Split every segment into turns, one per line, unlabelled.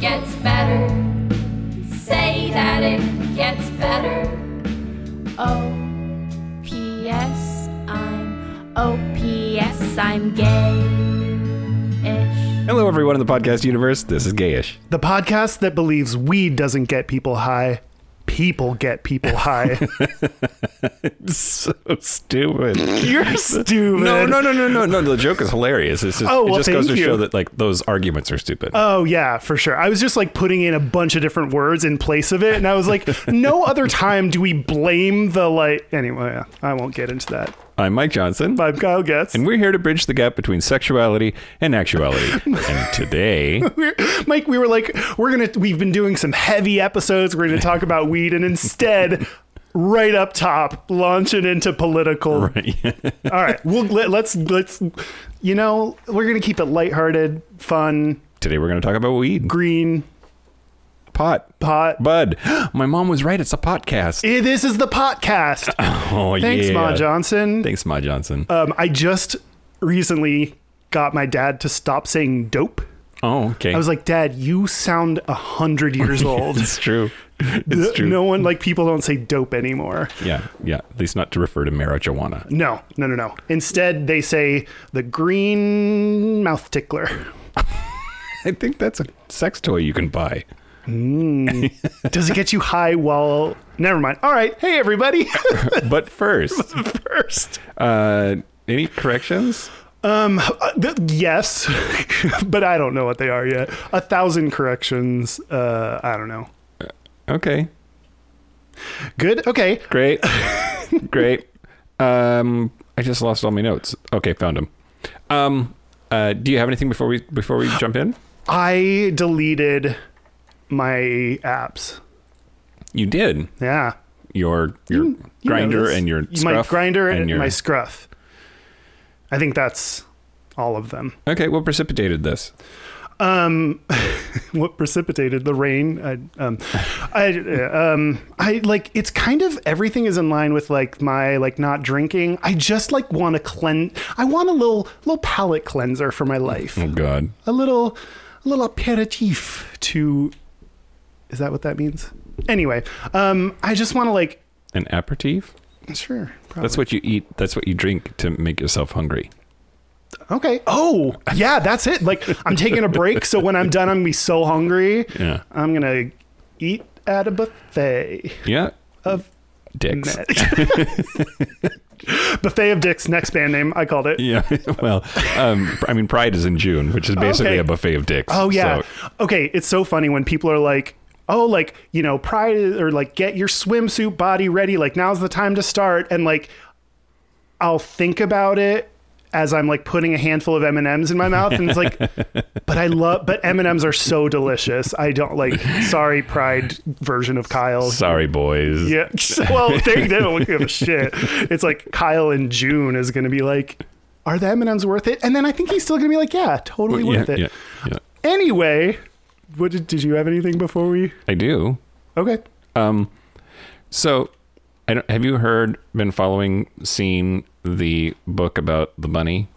gets better. Say that it gets better. OPS, I'm OPS, I'm gay ish.
Hello, everyone in the podcast universe. This is Gayish.
The podcast that believes weed doesn't get people high, people get people high.
So stupid.
You're stupid.
No, no, no, no, no, no. The joke is hilarious. It's just,
Oh, well,
it just goes to
thank
show
you.
that like those arguments are stupid.
Oh yeah, for sure. I was just like putting in a bunch of different words in place of it, and I was like, no other time do we blame the like. Anyway, I won't get into that.
I'm Mike Johnson,
But Kyle Getz.
and we're here to bridge the gap between sexuality and actuality. and today,
We're, Mike, we were like, we're gonna. We've been doing some heavy episodes. We're gonna talk about weed, and instead. Right up top, launching into political. All right, we'll let, let's let's, you know, we're gonna keep it lighthearted, fun,
today we're going to talk about weed,
green
pot,
pot.
bud. My mom was right. It's a podcast.
Eh, this is the podcast.
Oh
Thanks,
yeah.
Ma Johnson.
Thanks, Ma Johnson.
Um, I just recently got my dad to stop saying dope.
oh, okay.
I was like, Dad, you sound a hundred years old.
it's true. It's true.
No one like people don't say dope anymore.
Yeah, yeah. At least not to refer to marijuana.
No, no, no, no. Instead, they say the green mouth tickler.
I think that's a sex toy you can buy.
Does it get you high? Well, never mind. All right. Hey, everybody.
But first,
First,
uh, any corrections?
uh, th- yes, but I don't know what they are yet. A thousand corrections. Uh, I don't know.
Okay,
Good. Okay.
great, great. Um, I just lost all my notes. Okay, found them. Um, uh, do you have anything before we before we jump in?
I deleted my apps.
You did
Yeah.
your your
You know
grinder
this.
and your
my
Scruff
grinder
and
and,
your
my scruff. I think that's all of them.
okay. What precipitated this?
Um, what precipitated the rain? I, um, I, uh, um, I like it's kind of everything is in line with like my like not drinking. I just like want to cleanse. I want a little little palate cleanser for my life.
Oh God,
A little a little aperitif to. Is that what that means? Anyway, um, I just want to like
an aperitif.
Sure. Probably.
That's what you eat. That's what you drink to make yourself hungry.
okay. Oh, yeah, that's it. Like I'm taking a break, so when I'm done, I'm gonna be so hungry.
Yeah,
I'm gonna eat at a buffet
yeah.
of
Dicks.
buffet of dicks. Next band name, I called it.
Yeah. Well, um, I mean, Pride is in June, which is basically
Okay.
a buffet of dicks.
Oh yeah.
So,
Okay, it's so funny when people are like. Oh, like, you know, pride or like get your swimsuit body ready. Like, now's the time to start. And like, I'll think about it as I'm like putting a handful of M&Ms in my mouth and it's like but I love but M&Ms are so delicious. I don't like sorry pride version of Kyle.
sorry, boys.
Yeah. Well, they, they don't give a shit. It's like Kyle in June is going to be like are the M&Ms worth it? And then I think he's still going to be like yeah, totally
yeah,
worth it.
yeah, yeah.
Anyway, what did, did you have anything before we
I do.
Okay.
Um, so, I don't, have you heard, been following, seen the book about the bunny?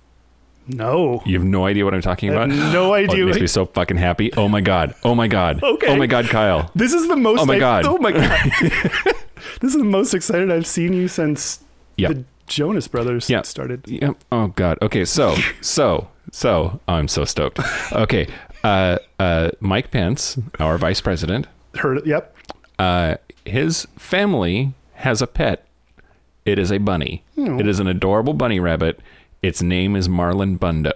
No.
You have no idea what I'm talking
I
about.
have no
Oh,
idea.
it makes me so fucking happy. Oh my god. Oh my god.
Okay.
Oh my god, Kyle.
This is the most
Oh my
I-
God.
Oh my god. this is the most excited I've seen you since
Yeah.
the Jonas Brothers
Yeah.
started.
Yep. Oh God. Okay. So so so I'm so stoked. Okay. Uh, uh, Mike Pence, our vice president,
Heard yep.
uh, his family has a pet. It is a bunny. It is an adorable bunny rabbit. Its name is Marlin Bundo.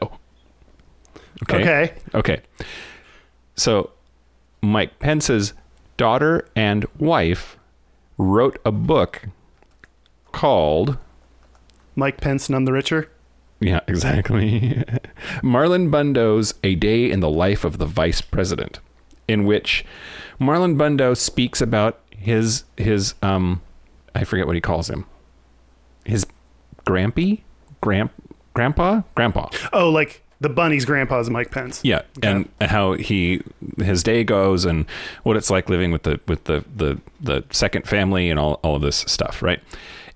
Okay.
Okay.
Okay. So Mike Pence's daughter and wife wrote a book called
Mike Pence, none the richer.
Yeah, exactly. Marlon Bundo's A Day in the Life of the Vice President, in which Marlon Bundo speaks about his his um I forget what he calls him. His grampy? Gramp grandpa? Grandpa.
Oh, like the bunny's grandpa's Mike Pence.
Yeah, and how he his day goes and what it's like living with the with the the, the second family and all, all of this stuff, right?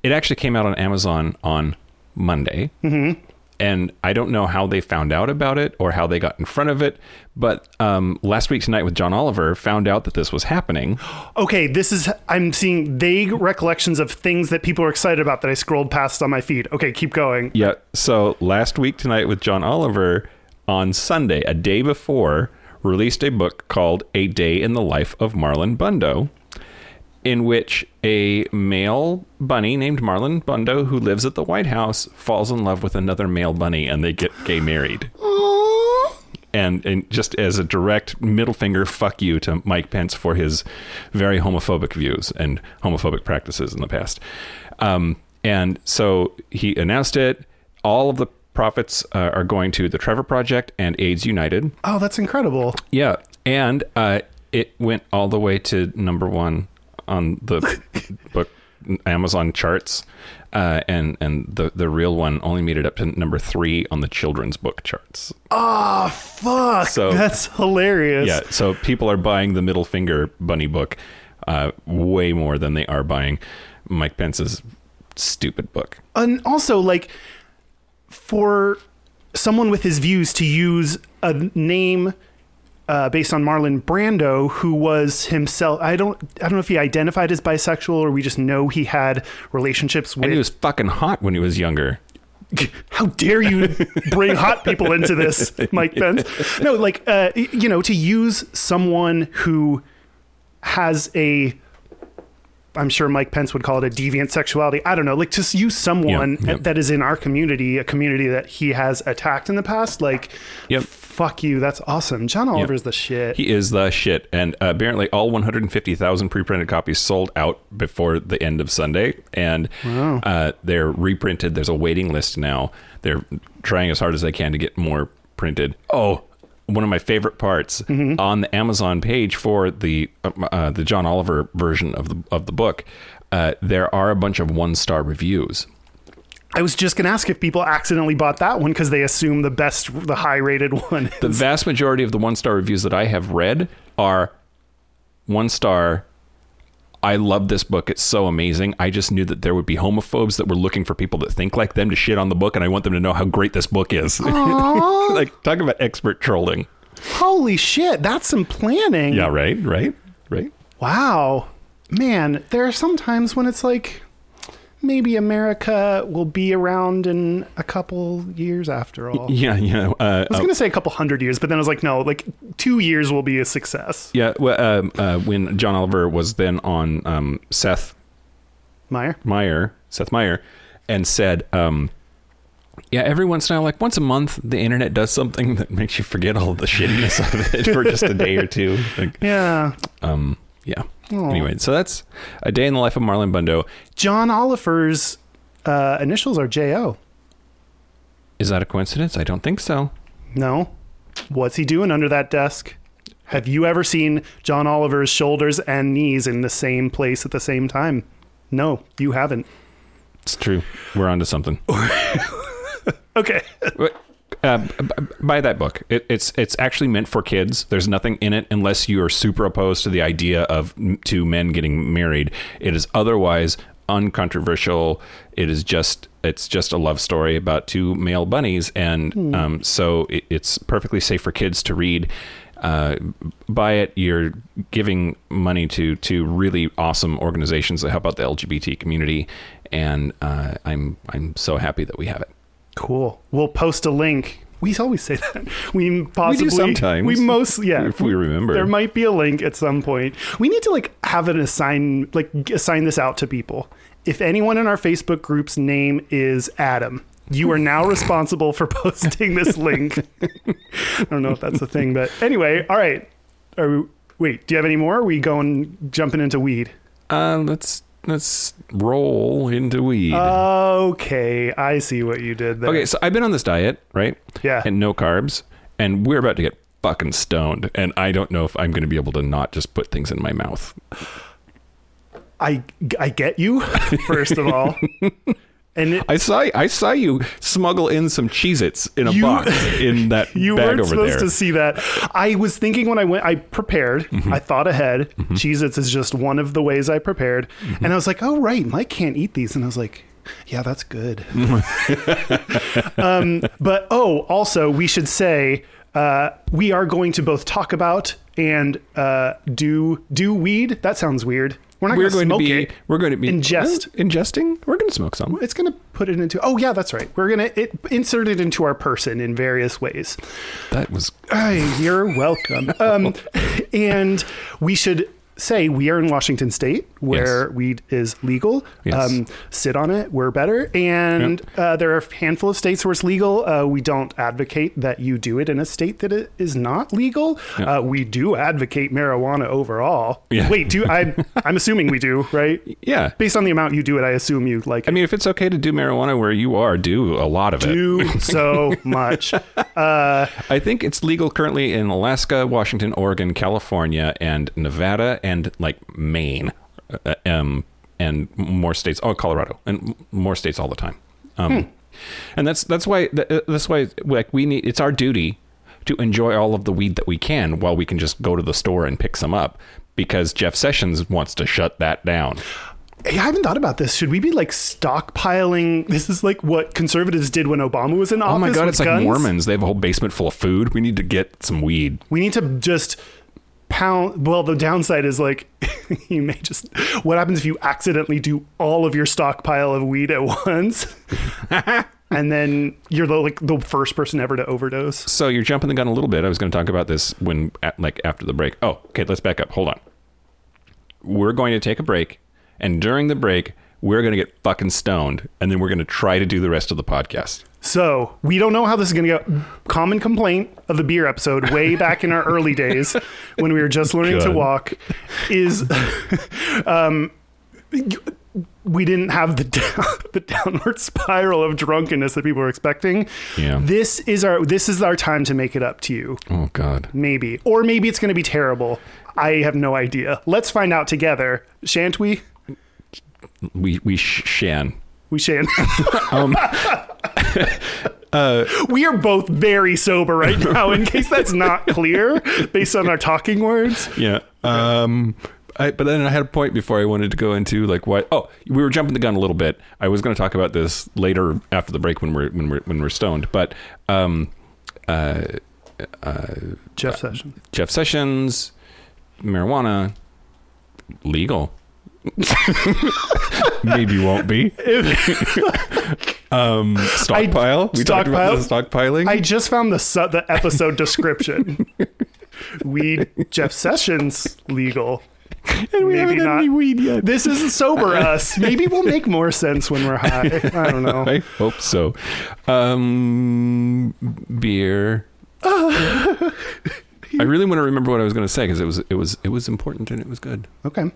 It actually came out on Amazon on Monday. Mm-hmm. and I don't know how they found out about it or how they got in front of it, but um, last week tonight with John Oliver found out that this was happening.
Okay, this is I'm seeing vague recollections of things that people are excited about that I scrolled past on my feed. Okay, keep going.
Yeah. So last week tonight with John Oliver on Sunday, a day before, released a book called A Day in the Life of Marlon Bundo, in which a male bunny named Marlon Bundo, who lives at the White House, falls in love with another male bunny and they get gay married. And, and just as a direct middle finger fuck you to Mike Pence for his very homophobic views and homophobic practices in the past. Um, and so he announced it. All of the profits uh, are going to the Trevor Project and AIDS United.
Oh, that's incredible.
Yeah, and uh, it went all the way to number one on the book Amazon charts, uh, and and the the real one only made it up to number three on the children's book charts.
Oh, fuck.
So-
that's hilarious.
Yeah, so people are buying the middle finger bunny book uh, way more than they are buying Mike Pence's stupid book.
and also like for someone with his views to use a name uh, based on Marlon Brando, who was himself, I don't, I don't know if he identified as bisexual or we just know he had relationships with.
And he was fucking hot when he was younger.
How dare you bring hot people into this, Mike Pence? No, like uh, y- you know, to use someone who has a I'm sure Mike Pence would call it a deviant sexuality. I don't know. Like to use someone
Yeah, yeah.
that is in our community, a community that he has attacked in the past, like
Yep.
fuck you, that's awesome. John Oliver's the shit.
He is the shit, and uh, apparently all 150,000 pre-printed copies sold out before the end of Sunday, and uh, they're reprinted. There's a waiting list now. They're trying as hard as they can to get more printed. Oh, one of my favorite parts on the Amazon page for the um, uh, the John Oliver version of the of the book, uh, there are a bunch of one star reviews.
I was just gonna ask if people accidentally bought that one because they assume the best the high rated one.
The vast majority of the one star reviews that I have read are one star. I love this book. It's so amazing. I just knew that there would be homophobes that were looking for people that think like them to shit on the book, and I want them to know how great this book is. like, talk about expert trolling.
Holy shit, that's some planning.
Yeah, right, right, right.
Wow. Man, there are some times when it's like maybe America will be around in a couple years after all. I
Yeah, yeah. Uh, uh,
was going to say a couple hundred years, but then I was like, no, like two years will be a success.
yeah. Well, um, uh, when John Oliver was then on um, Seth
Meyer.
Meyer, Seth Meyer, and said, um, "Yeah, every once in a while, like once a month, the internet does something that makes you forget all the shittiness of it for just a day or two. Like,
Yeah.
um, yeah. Anyway, so that's a day in the life of Marlon Bundo.
John Oliver's uh, initials are J.O.
Is that a coincidence? I don't think so.
No. What's he doing under that desk? Have you ever seen John Oliver's shoulders and knees in the same place at the same time? No, you haven't.
It's true. We're onto something.
Okay.
Uh, b- b- buy that book. It, it's it's actually meant for kids. There's nothing in it unless you are super opposed to the idea of m- two men getting married. It is otherwise uncontroversial. It is just it's just a love story about two male bunnies, and um, so it, it's perfectly safe for kids to read. Uh, buy it. You're giving money to to really awesome organizations that help out the LGBT community, and uh, I'm I'm so happy that we have it.
Cool. We'll post a link. We always say that. We possibly
sometimes.
We most yeah.
If we remember.
There might be a link at some point. We need to like have an assign like assign this out to people. If anyone in our Facebook group's name is Adam, you are now responsible for posting this link. I don't know if that's a thing, but anyway, all right. Are we, wait, do you have any more? Are we going jumping into weed?
Uh, let's let's roll into weed.
Uh, Okay, I see what you did there.
okay, so I've been on this diet, right?
Yeah.
And no carbs, and we're about to get fucking stoned, and I don't know if I'm going to be able to not just put things in my mouth.
I I get you first of all, and it,
I saw I saw you smuggle in some Cheez-Its in a
You-
box in that
you
bag
weren't
over
supposed
there.
to see that. I was thinking when I went, I prepared.
Mm-hmm.
I thought ahead.
Mm-hmm.
Cheez-Its is just one of the ways I prepared, and I was like, oh right, Mike can't eat these, and I was like, yeah, that's good. um, but oh, also, we should say uh, we are going to both talk about and uh, do do weed. That sounds weird. We're not
We're
gonna
going to
smoke
be
it.
we're going to be
Ingest.
Well, ingesting. We're going to smoke some.
It's going to put it into. Oh yeah, that's right. We're gonna it, insert it into our person in various ways.
That was
Hey, you're welcome. Um, and we should say we are in Washington State, where
Yes.
weed is legal.
Yes.
Um, sit on it, we're better. And uh, there are a handful of states where it's legal. Uh, we don't advocate that you do it in a state that it is not legal. Uh, we do advocate marijuana overall.
Yeah.
Wait, do I? I'm assuming we do, right?
yeah.
Based on the amount you do it, I assume you like.
I mean, if it's okay to do marijuana where you are, do a lot of it.
do so much.
I think it's legal currently in Alaska, Washington, Oregon, California, and Nevada, and like Maine, uh, um, and more states. Oh, Colorado, and m- more states all the time. Um,
Hmm.
And that's that's why th- uh, that's why like we need. It's our duty to enjoy all of the weed that we can while we can just go to the store and pick some up because Jeff Sessions wants to shut that down.
Hey, I haven't thought about this. Should we be like stockpiling? This is like what conservatives did when Obama was in office.
Oh my god,
with
it's like
guns.
Mormons. They have a whole basement full of food. We need to get some weed.
We need to just pound. Well, the downside is like you may just. What happens if you accidentally do all of your stockpile of weed at once? and then you're the, like the first person ever to overdose.
so you're jumping the gun a little bit. I was going to talk about this when, at, like, after the break. Oh, okay. Let's back up. Hold on. We're going to take a break, and during the break, we're going to get fucking stoned, and then we're going to try to do the rest of the podcast.
So we don't know how this is going to go. Common complaint of the beer episode way back in our early days when we were just learning to
Good.
walk is um, we didn't have the down, the downward spiral of drunkenness that people were expecting.
Yeah.
This is our this is our time to make it up to you,
Oh God.
maybe, or maybe it's going to be terrible. I have no idea. Let's find out together, shan't we?
We we sh- shan.
We shan't. we are both very sober right now, in case that's not clear based on our talking words.
Yeah. Um. I, but then I had a point before I wanted to go into like why. Oh, we were jumping the gun a little bit. I was going to talk about this later after the break when we're when we're when we're stoned. But um,
Jeff Sessions.
Jeff Sessions, marijuana, legal. Maybe won't be. um, stockpile. we talked about the stockpiling.
I just found the, su- the episode description. Weed Jeff Sessions legal.
and we
maybe
haven't had any
not.
weed yet.
This is sober us. Maybe we'll make more sense when we're high. I don't know.
I hope so. Um, beer. I really want to remember what I was going to say because it was it was it was important and it was good.
Okay.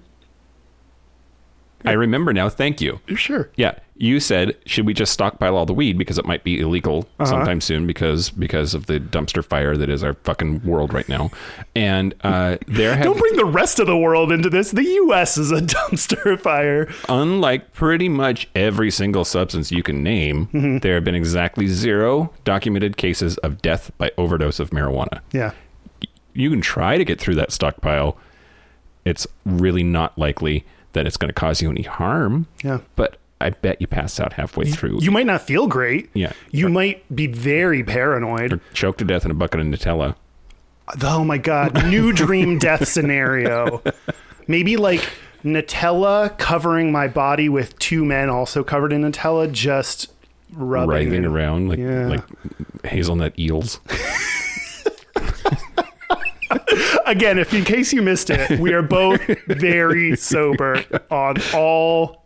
I remember now. Thank you.
Sure.
Yeah, you said should we just stockpile all the weed because it might be illegal
Uh-huh.
sometime soon because because of the dumpster fire that is our fucking world right now, and uh, there have
Don't bring the rest of the world into this. The U.S. is a dumpster fire.
unlike pretty much every single substance you can name,
Mm-hmm.
there have been exactly zero documented cases of death by overdose of marijuana.
Yeah.
You can try to get through that stockpile. It's really not likely that it's going to cause you any harm.
Yeah.
but I bet you pass out halfway through.
You might not feel great.
Yeah.
You might be very paranoid.
choked to death in a bucket of Nutella.
Oh my god, new dream death scenario. Maybe like Nutella covering my body with two men also covered in Nutella, just rubbing.
writhing
it.
around like
Yeah.
like hazelnut eels.
Again, if in case you missed it, we are both very sober on all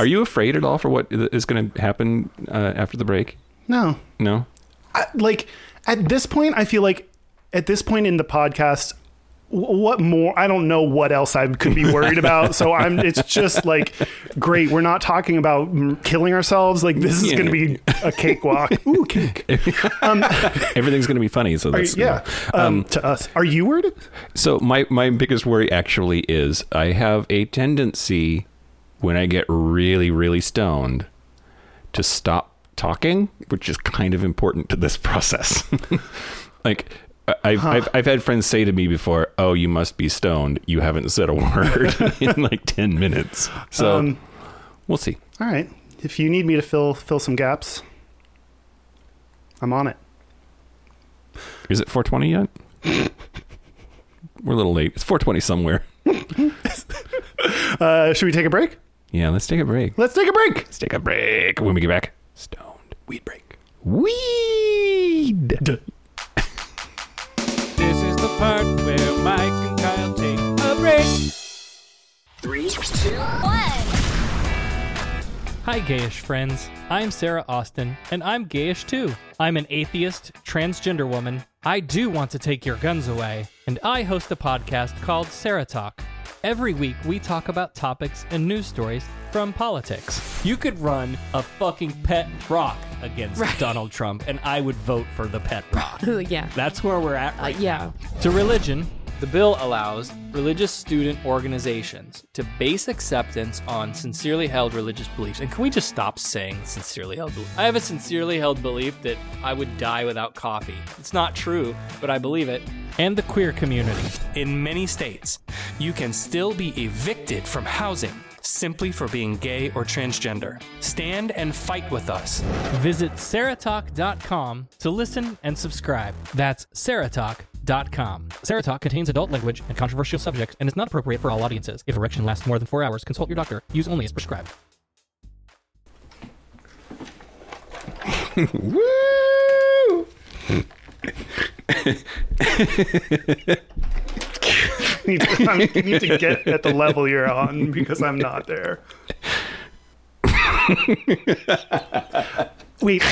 Are you afraid at all for what is going to happen uh, after the break?
no.
No.
I, like at this point, I feel like at this point in the podcast, wh- what more? I don't know what else I could be worried about. So I'm. It's just like, great. We're not talking about mm, killing ourselves. Like this is
Yeah.
going to be a cakewalk. Ooh, cake. Um,
Everything's going to be funny. So that's
yeah. Um, to us, are you worried?
So my my biggest worry actually is I have a tendency when I get really really stoned to stop talking, which is kind of important to this process. like I- I've, I've I've had friends say to me before, "Oh, you must be stoned. You
Um,
haven't said a word in like ten minutes." So we'll see.
All right. if you need me to fill fill some gaps, I'm on it.
Is it 420 yet? We're a little late. It's 420 somewhere.
Uh, should we take a break?
Yeah, let's take a break.
Let's take a break.
Let's take a break. When we get back, stoned weed break. Weed.
This is the part where Mike and Kyle take a break.
Hi, gayish friends. I'm Sarah Austin, and I'm gayish too. I'm an atheist, transgender woman. I do want to take your guns away, and I host a podcast called Sarah Talk. Every week, we talk about topics and news stories from politics. You could run a fucking pet rock against Donald Trump, and I would vote for the pet rock.
Ooh, yeah. Uh,
That's where we're at right
Yeah.
to religion, the bill allows religious student organizations to base acceptance on sincerely held religious beliefs. And can we just stop saying sincerely held beliefs? I have a sincerely held belief that I would die without coffee. It's not true, but I believe it. And the queer community.
In many states, you can still be evicted from housing simply for being gay or transgender. Stand and fight with us.
Visit Saratalk.com to listen and subscribe. That's Saratalk.com. Saratalk contains adult language and controversial subjects and is not appropriate for all audiences. If erection lasts more than four hours, consult your doctor. Use only as prescribed.
Woo!
need to, I need to get at the level you're on because I'm not there. Wait,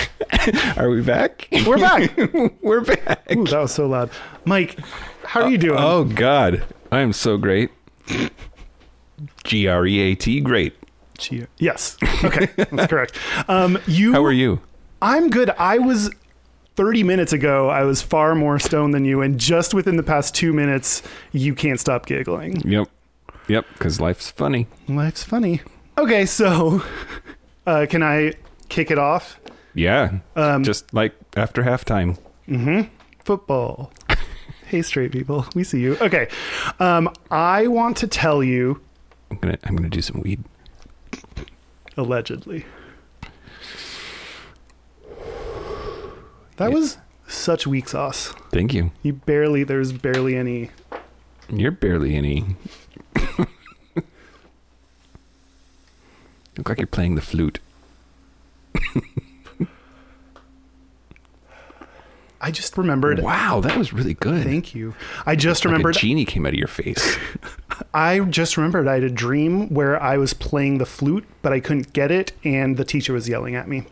Are we back?
we're back.
We're back.
Ooh, that was so loud. Mike, how are you doing?
Oh God, I am so great. G R E A T, great.
Gee- yes. Okay, that's correct. Um, you,
How are you?
I'm good. I was 30 minutes ago. I was far more stoned than you, and just within the past two minutes, you can't stop giggling.
Yep, yep. Because life's funny.
Life's funny. Okay, so uh, can I kick it off? Um,
Yeah. Just like after halftime.
football. hey, straight people, we see you. Okay, um, I want to tell you
I'm gonna I'm gonna do some weed.
allegedly. That was such weak sauce.
Thank you.
You barely there's barely any.
You're barely any. Look like you're playing the flute.
I just remembered.
Wow, that was really good.
Thank you. I just
Like a
remembered.
genie came out of your face.
I just remembered. I had a dream where I was playing the flute, but I couldn't get it, and the teacher was yelling at me.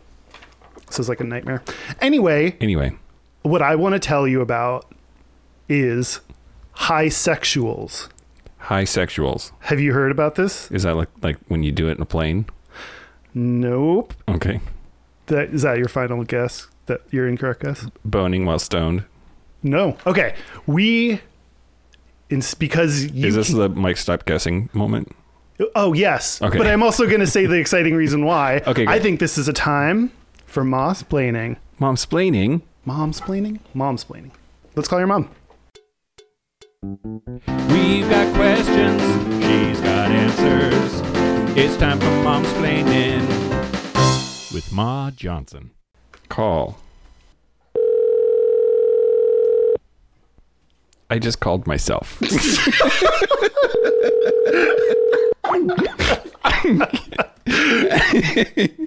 So it's like a nightmare. Anyway,
Anyway,
what I want to tell you about is high sexuals.
high sexuals.
Have you heard about this?
Is that like like when you do it in a plane?
Nope.
Okay.
That is that your final guess? That your incorrect guess?
Boning while stoned.
No. Okay. We in because you
Is this
can-
the Mike stop guessing moment?
Oh yes.
Okay.
But I'm also going to say the exciting reason why.
Okay, good.
I think this is a time for mom's planning.
Mom's splaining.
Mom's planning? Mom's planning. Let's call your mom.
We've got questions, she's got answers. It's time for Mom's Planning
with Ma Johnson. Call. I just called myself.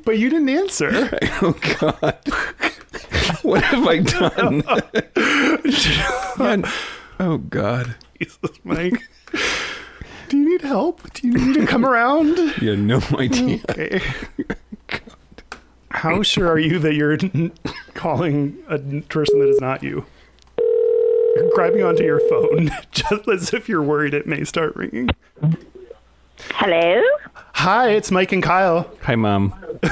But you didn't answer.
oh God! what have I done? oh God!
Jesus, Mike. Do you need help? Do you need to come around?
You have no idea.
Okay. How sure are you that you're calling a person that is not you? You're grabbing onto your phone just as if you're worried it may start ringing.
Hello.
Hi, it's Mike and Kyle.
Hi, Mom.
What-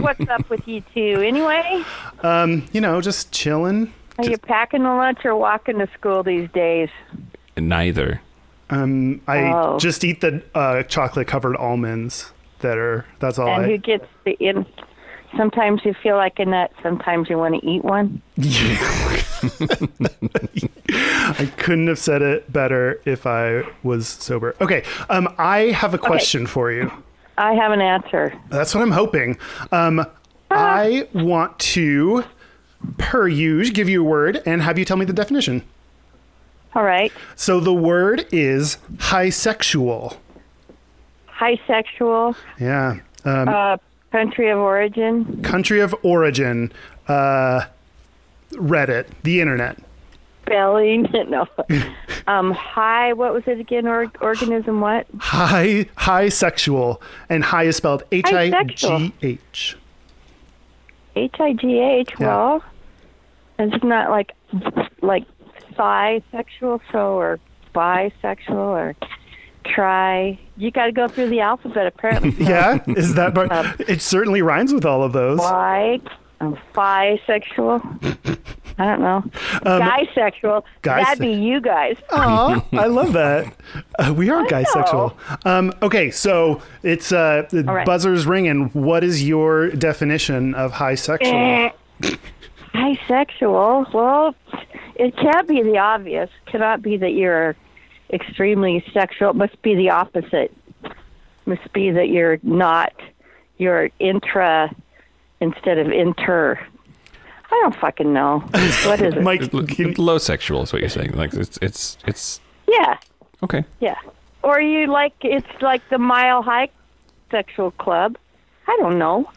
What's up with you two? Anyway,
You know, just chilling.
are you packing the lunch or walking to school these days?
Neither.
Um, I
Oh.
just eat the uh, chocolate covered almonds that are. That's all.
And who
I,
gets the in? Sometimes you feel like a nut. Sometimes you want to eat one.
I couldn't have said it better if I was sober. Okay. Um, I have a question for you.
I have an answer.
That's what I'm hoping. Um, I want to, per use, give you a word and have you tell me the definition.
All right.
So the word is high sexual.
High sexual,
Yeah. Um,
country of origin,
country of origin. Uh, Reddit, the internet.
spelling, no. um, high, what was it again? Or, organism, what?
High, high sexual, and high is spelled H I
Hisexual.
G H.
H I G H.
Yeah.
Well, it's not like like bisexual, so or bisexual or try. You got to go through the alphabet apparently.
Yeah, is that? Bar- it certainly rhymes with all of those.
Bi, um, bisexual. I don't know.
Um,
Guysexual. That'd be you guys.
Aw, I love that. Uh, we are guy sexual. Um, okay, so it's uh, the
All right.
buzzer's ringing. What is your definition of high sexual?
Eh. Bisexual. Well, it can't be the obvious. Cannot be that you're extremely sexual. It must be the opposite. Must be that you're not. You're intra instead of inter. I don't fucking know. What is it?
Mike,
L-
can-
low sexual is what you're saying. Like it's it's it's
yeah,
okay.
yeah. Or you like it's like the Mile High Sexual Club. I don't know.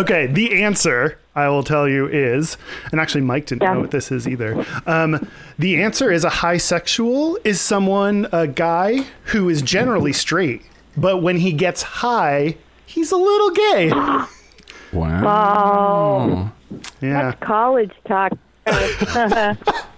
okay, the answer I will tell you is, and actually Mike didn't
Yeah.
know what this is either. Um, the answer is a high sexual is someone a guy who is generally straight, but when he gets high, he's a little gay.
Wow.
Yeah.
College talk.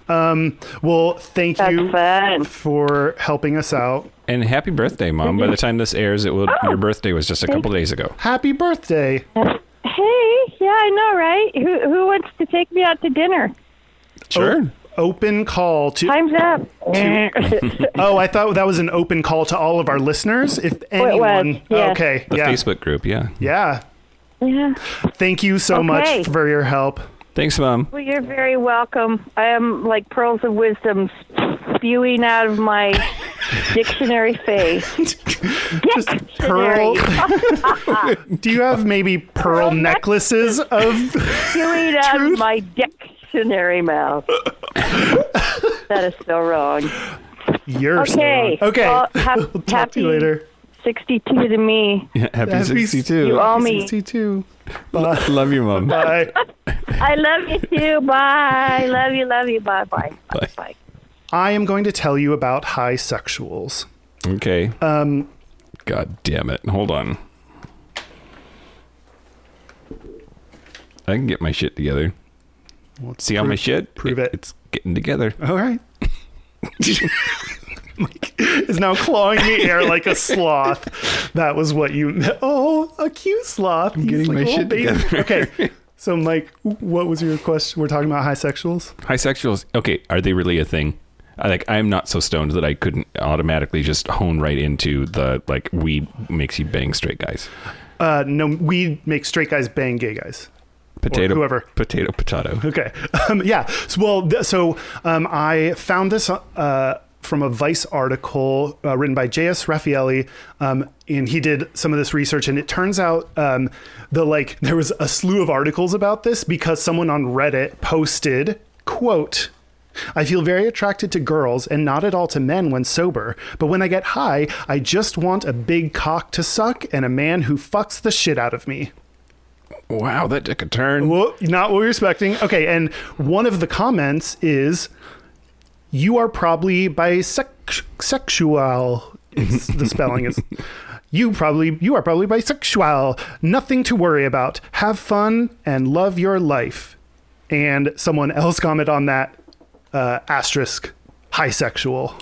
Well, thank
That's
you
fun.
for helping us out.
And happy birthday, mom. By the time this airs, it will
Oh.
your birthday was just a couple days ago.
Happy birthday.
Hey, yeah, I know, right? Who who wants to take me out to dinner?
Sure.
Open call to
Time's up. it
Oh, I thought that was an open call to all of our listeners. If anyone,
Oh,
oh,
yeah.
okay,
The
yeah,
Facebook group, yeah.
yeah.
yeah.
Thank you so
Okay.
much for your help.
Thanks, mom.
Well, you're very welcome. I am like pearls of wisdom spewing out of my dictionary face. Dictionary.
Pearl. Do you have maybe pearl necklaces of?
spewing out of my dictionary mouth. that is so wrong.
You're so
Okay.
wrong. Okay.
Well, ha-
We'll talk to you
happy-
later.
62 to me.
Yeah, happy,
Happy
62.
You owe me.
Sixty-two. Bye.
Love you, mom.
Bye.
I love you too. Bye. Love you. Love you. Bye. Bye. Bye. Bye.
I am going to tell you about high sexuals.
Okay. Um God damn it. Hold on. I can get my shit together.
Let's
See how my shit?
prove it.
It's getting together.
All right. Mike is now clawing the air like a sloth. That was what you. Oh, a cute sloth. I'm
getting my shit together."
Okay. So, Mike, what was your question? We're talking about high sexuals.
Bisexuals. Okay, are they really a thing? I like I'm not so stoned that I couldn't automatically just hone right into the like weed makes you bang straight guys.
Uh, no, we make straight guys bang gay guys.
Potato
whoever.
Potato potato.
Okay. Um, yeah. So, well, th- so um, I found this uh, from a Vice article uh, written by J.S. Raffaelli, um, and he did some of this research. And it turns out um, the like there was a slew of articles about this because someone on Reddit posted quote. I feel very attracted to girls and not at all to men when sober, but when I get high, I just want a big cock to suck and a man who fucks the shit out of me.
Wow, that took a turn.
Well, not what we were expecting. Okay, and one of the comments is, "You are probably bisexual." It's, the spelling is, "You probably you are probably bisexual. Nothing to worry about. Have fun and love your life." And someone else commented on that uh, asterisk high sexual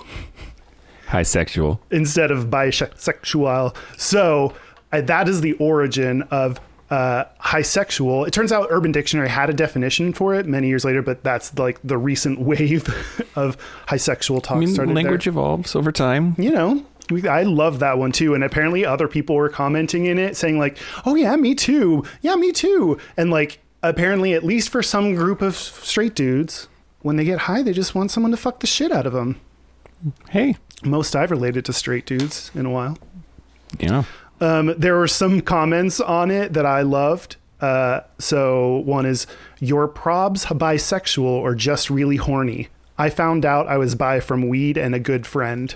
High sexual.
instead of bisexual. So uh, that is the origin of uh, hisexual. It turns out Urban Dictionary had a definition for it many years later, but that's like the recent wave of hisexual talk
I mean,
started
language
there.
evolves over time.
You know. we- I love that one too, and apparently other people were commenting in it, saying like, "Oh yeah, me too. Yeah, me too." And like, apparently, at least for some group of straight dudes, when they get high, they just want someone to fuck the shit out of them.
Hey,
Most I've related to straight dudes in a while.
Yeah.
Um, there were some comments on it that I loved. Uh, so one is your probs bisexual or just really horny. I found out I was bi from weed and a good friend.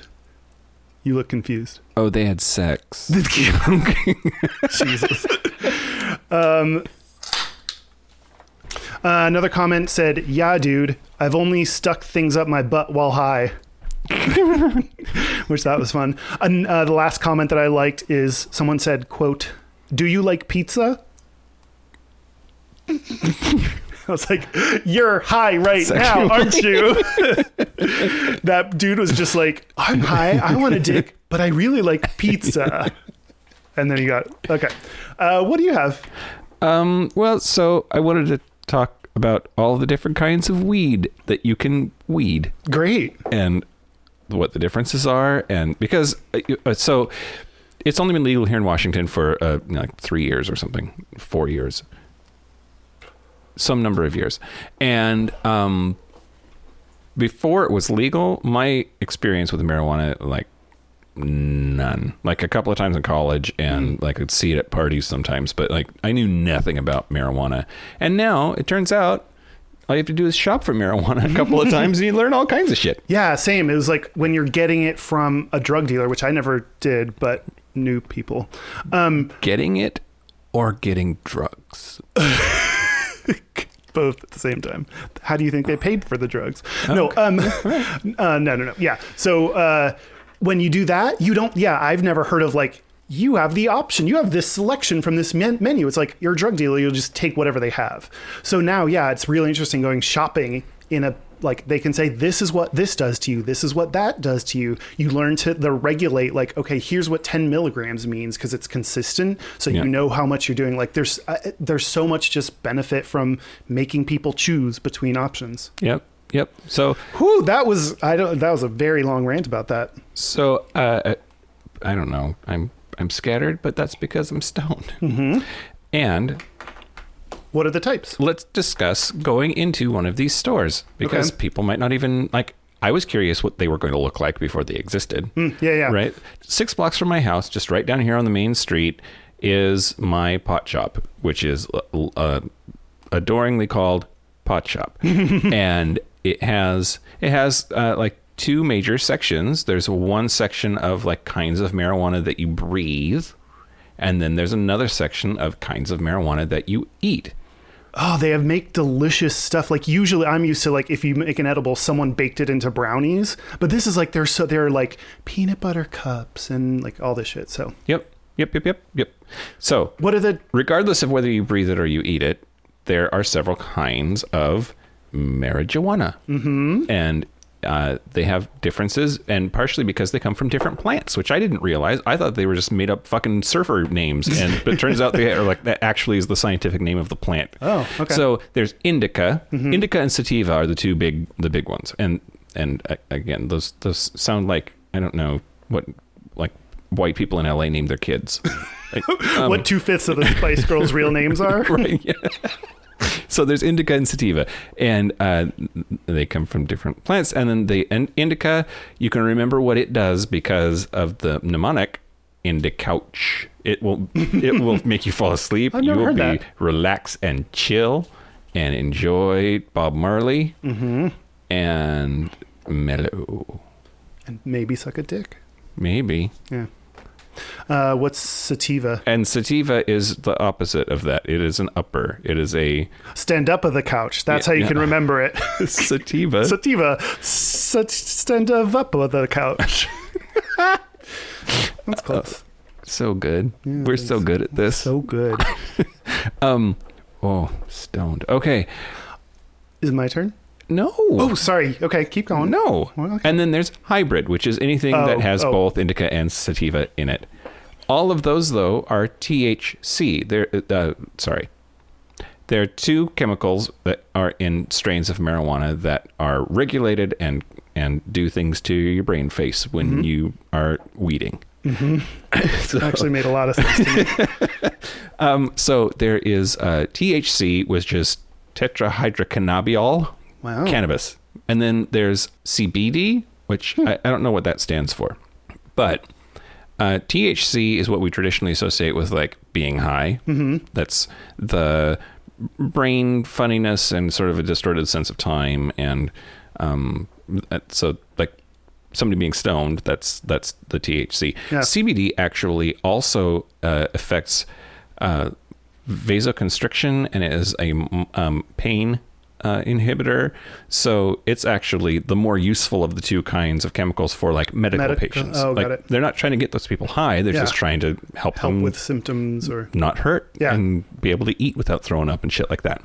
You look confused.
Oh, they had sex.
Jesus. um, uh, another comment said, "Yeah, dude, I've only stuck things up my butt while high," which that was fun. And uh, the last comment that I liked is someone said, "Quote, do you like pizza?" I was like, "You're high right now, aren't you?" that dude was just like, "I'm high. I want a dick, but I really like pizza." and then you got okay. Uh, what do you have?
Um, well, so I wanted to talk about all the different kinds of weed that you can weed
Great.
and what the differences are, and because uh, you- uh, so it's only been legal here in Washington for uh, you know, like three years or something, four years, some number of years, and um, before it was legal, my experience with marijuana like none. Like a couple of times in college, and like I'd see it at parties sometimes, but like I knew nothing about marijuana. And now it turns out all you have to do is shop for marijuana a couple of times, and you learn all kinds of shit.
Yeah, same. It was like when you're getting it from a drug dealer, which I never did, but knew people.
Getting it or getting drugs.
both at the same time. How do you think they paid for the drugs? No, um, uh, no, no, no. Yeah. So uh, when you do that, you don't. Yeah, I've never heard of like you have the option. You have this selection from this men- menu. It's like you're a drug dealer. You'll just take whatever they have. So now, yeah, it's really interesting going shopping in a like they can say this is what this does to you this is what that does to you you learn to the regulate like okay here's what 10 milligrams means because it's consistent so
Yeah.
you know know how much you're doing. Like there's uh, there's so much just benefit from making people choose between options.
Yep. Yep. So,
Whew, that was I don't that was a very long rant about that.
so uh, I don't know. I'm I'm scattered, but that's because I'm stoned. And
What are the types?
let's discuss going into one of these stores because
Okay.
people might not even like. I was curious what they were going to look like before they existed.
yeah, yeah.
Right, six blocks from my house, just right down here on the main street, is my pot shop, which is uh, uh, adoringly called pot shop, and it has it has uh, like two major sections. There's one section of like kinds of marijuana that you breathe, and then there's another section of kinds of marijuana that you eat.
Oh, they have make delicious stuff. Like usually I'm used to like if you make an edible, someone baked it into brownies. But this is like they're so they're like peanut butter cups and like all this shit. So
Yep. Yep. Yep. Yep. Yep. So,
what are the
regardless of whether you breathe it or you eat it, there are several kinds of marijuana, mm-hmm. and uh, they have differences, and partially because they come from different plants, which I didn't realize. I thought they were just made up fucking surfer names, and but it turns out they are like that actually is the scientific name of the plant.
Oh, okay. Mm-hmm.
So there's indica, indica and sativa are the two big the big ones, and and uh, again those those sound like I don't know what like white people in LA named their kids. Like, um,
what two fifths of the Spice Girls' real names are?
right. Yeah. So there's indica and sativa, and uh, they come from different plants. And then the and indica, you can remember what it does because of the mnemonic indicouch. It will it will make you fall asleep.
I've
you
never
will
heard
be
that.
relax and chill, and enjoy Bob Marley
Mm-hmm.
and mellow.
And maybe suck a dick.
Maybe.
Yeah. Uh, what's sativa?
And sativa is the opposite of that. It is an upper. It is a
Stand up of the couch. That's
Yeah,
how you
yeah.
can remember it.
sativa.
sativa sat- stand up on the couch. That's close.
so good. We're so good at this.
So good.
Um. Oh, stoned. Okay.
Is it my turn?
No.
Oh, sorry. Okay, keep going.
no.
Well, okay.
And then there's hybrid, which is anything
Oh,
that has
oh.
both indica and sativa in it. All of those, though, are THC. They're uh, sorry. There are two chemicals that are in strains of marijuana that are regulated and and do things to your brain face when
Mm-hmm.
you are weeding.
Actually, made a lot of sense. to me.
Um, so there is uh, THC, which is tetrahydrocannabiol,
Wow.
cannabis, and then there's CBD, which I, I don't know what that stands for, but Uh, THC is what we traditionally associate with like being high. Mm-hmm. That's the brain funniness and sort of a distorted sense of time, and um, that- so like somebody being stoned. That's that's the THC.
Yeah.
CBD actually also uh, affects uh, vasoconstriction and it is a um, pain uh, inhibitor. So it's actually the more useful of the two kinds of chemicals for like medical,
Medical-
patients.
oh,
like,
got it.
They're not trying to get those people high. They're
Yeah.
just trying to help,
help
them
with symptoms or
not hurt
Yeah.
and be able to eat without throwing up and shit like that.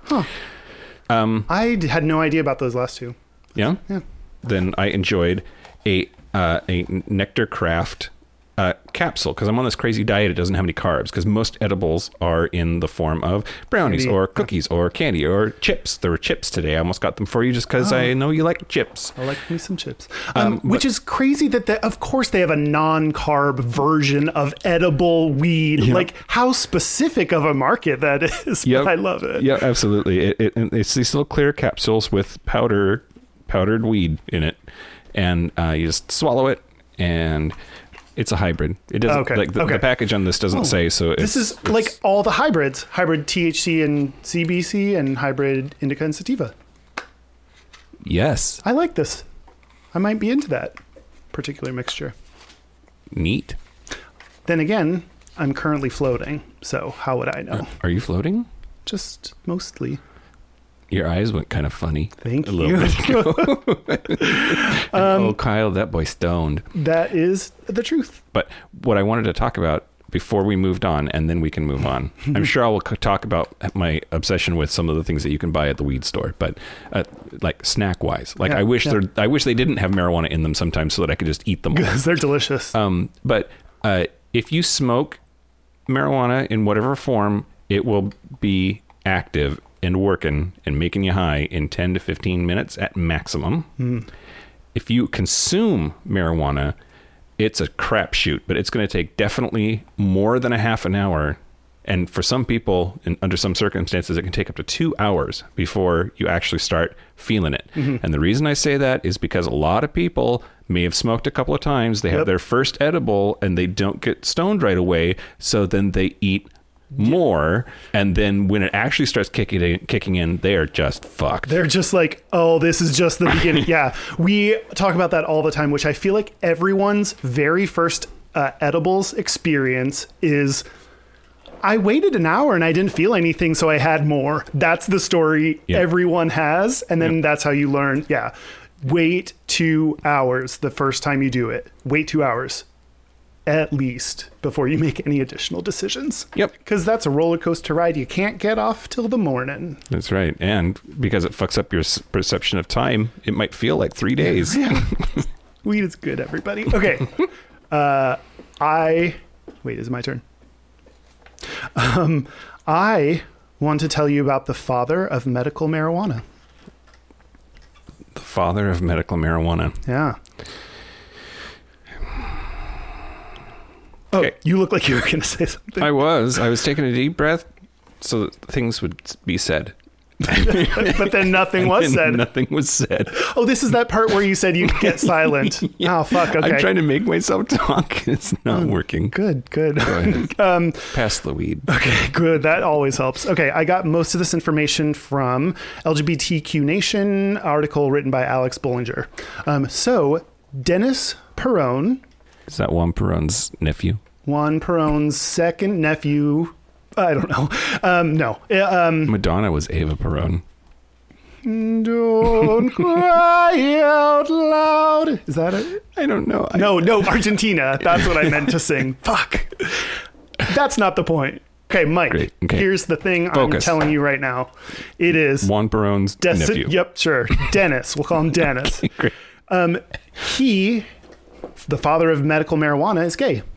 mm.
I d- had no idea about those last two.
Yeah. Then I enjoyed a uh, a nectar craft uh, capsule because I'm on this crazy diet. It doesn't have any carbs because most edibles are in the form of brownies
Candy.
or cookies or candy or chips. There were chips today. I almost got them for you just because I know you like chips.
I like me some chips. Um,
but-
which is crazy that, the, of course, they have a non carb version of edible weed. Like, how specific of a market that is. but I love it.
Yeah, absolutely. It, it, and it's these little clear capsules with powder, powdered weed in it, and uh, you just swallow it, and it's a hybrid. It doesn't
Okay,
like the,
okay.
the package on Oh. this doesn't say. So it's,
This is like all the hybrids hybrid THC and CBC and hybrid indica and sativa.
yes,
I like this. I might be into that particular mixture.
neat.
Then again, I'm currently floating, so how would I know?
Are you floating?
Just mostly.
Your eyes went kind of funny.
Thank
a
you.
Little bit ago.
Um,
oh, Kyle, that boy stoned.
That is the truth.
But what I wanted to talk about before we moved on, and then we can move on. I'm sure I will c- talk about my obsession with some of the things that you can buy at the weed store, but uh, like snack wise, like
Yeah,
I wish
yeah.
there, I wish they didn't have marijuana in them sometimes, so that I could just eat them. all.
Because they're delicious.
Um, but uh, if you smoke marijuana in whatever form, it will be active and working and making you high in 10 to 15 minutes at maximum. If you consume marijuana, it's a crapshoot, but it's going to take definitely more than a half an hour. And for some people, and under some circumstances, it can take up to two hours before you actually start feeling it. And the reason I say that is because a lot of people may have smoked a couple of times, they have
Yep.
their first edible, and they don't get stoned right away. So then they eat more, and then when it actually starts kicking in, kicking in, they are just fucked.
They're just like, oh, this is just the beginning. yeah. We talk about that all the time, which I feel like everyone's very first uh, edibles experience is I waited an hour and I didn't feel anything, so I had more. That's the story
Yeah.
everyone has. And then that's how you learn. Yeah. Wait two hours the first time you do it. Wait two hours at least before you make any additional decisions.
Yep.
Because that's a roller coaster ride you can't get off till the morning.
That's right. And because it fucks up your s- perception of time, it might feel like three days.
Weed is good, everybody. Okay. uh, I wait. Is it my turn? Um, I want to tell you about the father of medical marijuana.
the father of medical marijuana.
Yeah. Oh,
Okay.
you look like you were going to say something.
I was. I was taking a deep breath so that things would be said.
but then nothing was
And
said.
Nothing was said.
Oh, this is that part where you said you'd get silent. Oh, fuck. Okay.
I'm trying to make myself talk. It's not working.
Good, good.
Go ahead.
um,
Pass the weed.
Okay, good. That always helps. Okay, I got most of this information from LGBTQ Nation article written by Alex Bollinger. Um, so Dennis Perone,
Is that Juan Perón's nephew?
Juan Perone's second nephew. I don't know. Um, no. Uh, Um,
Madonna was Ava Perón.
don't cry out loud. Is that it?
I don't know. I-
No, no, Argentina. That's what I meant to sing. Fuck. That's not the point. Okay, Mike.
Great, okay.
Here's the thing
Focus.
I'm telling you right now. It is
Juan Perón's
Des-
nephew.
Yep, sure. Dennis. We'll call him Dennis.
Great.
Um, he, the father of medical marijuana, is gay.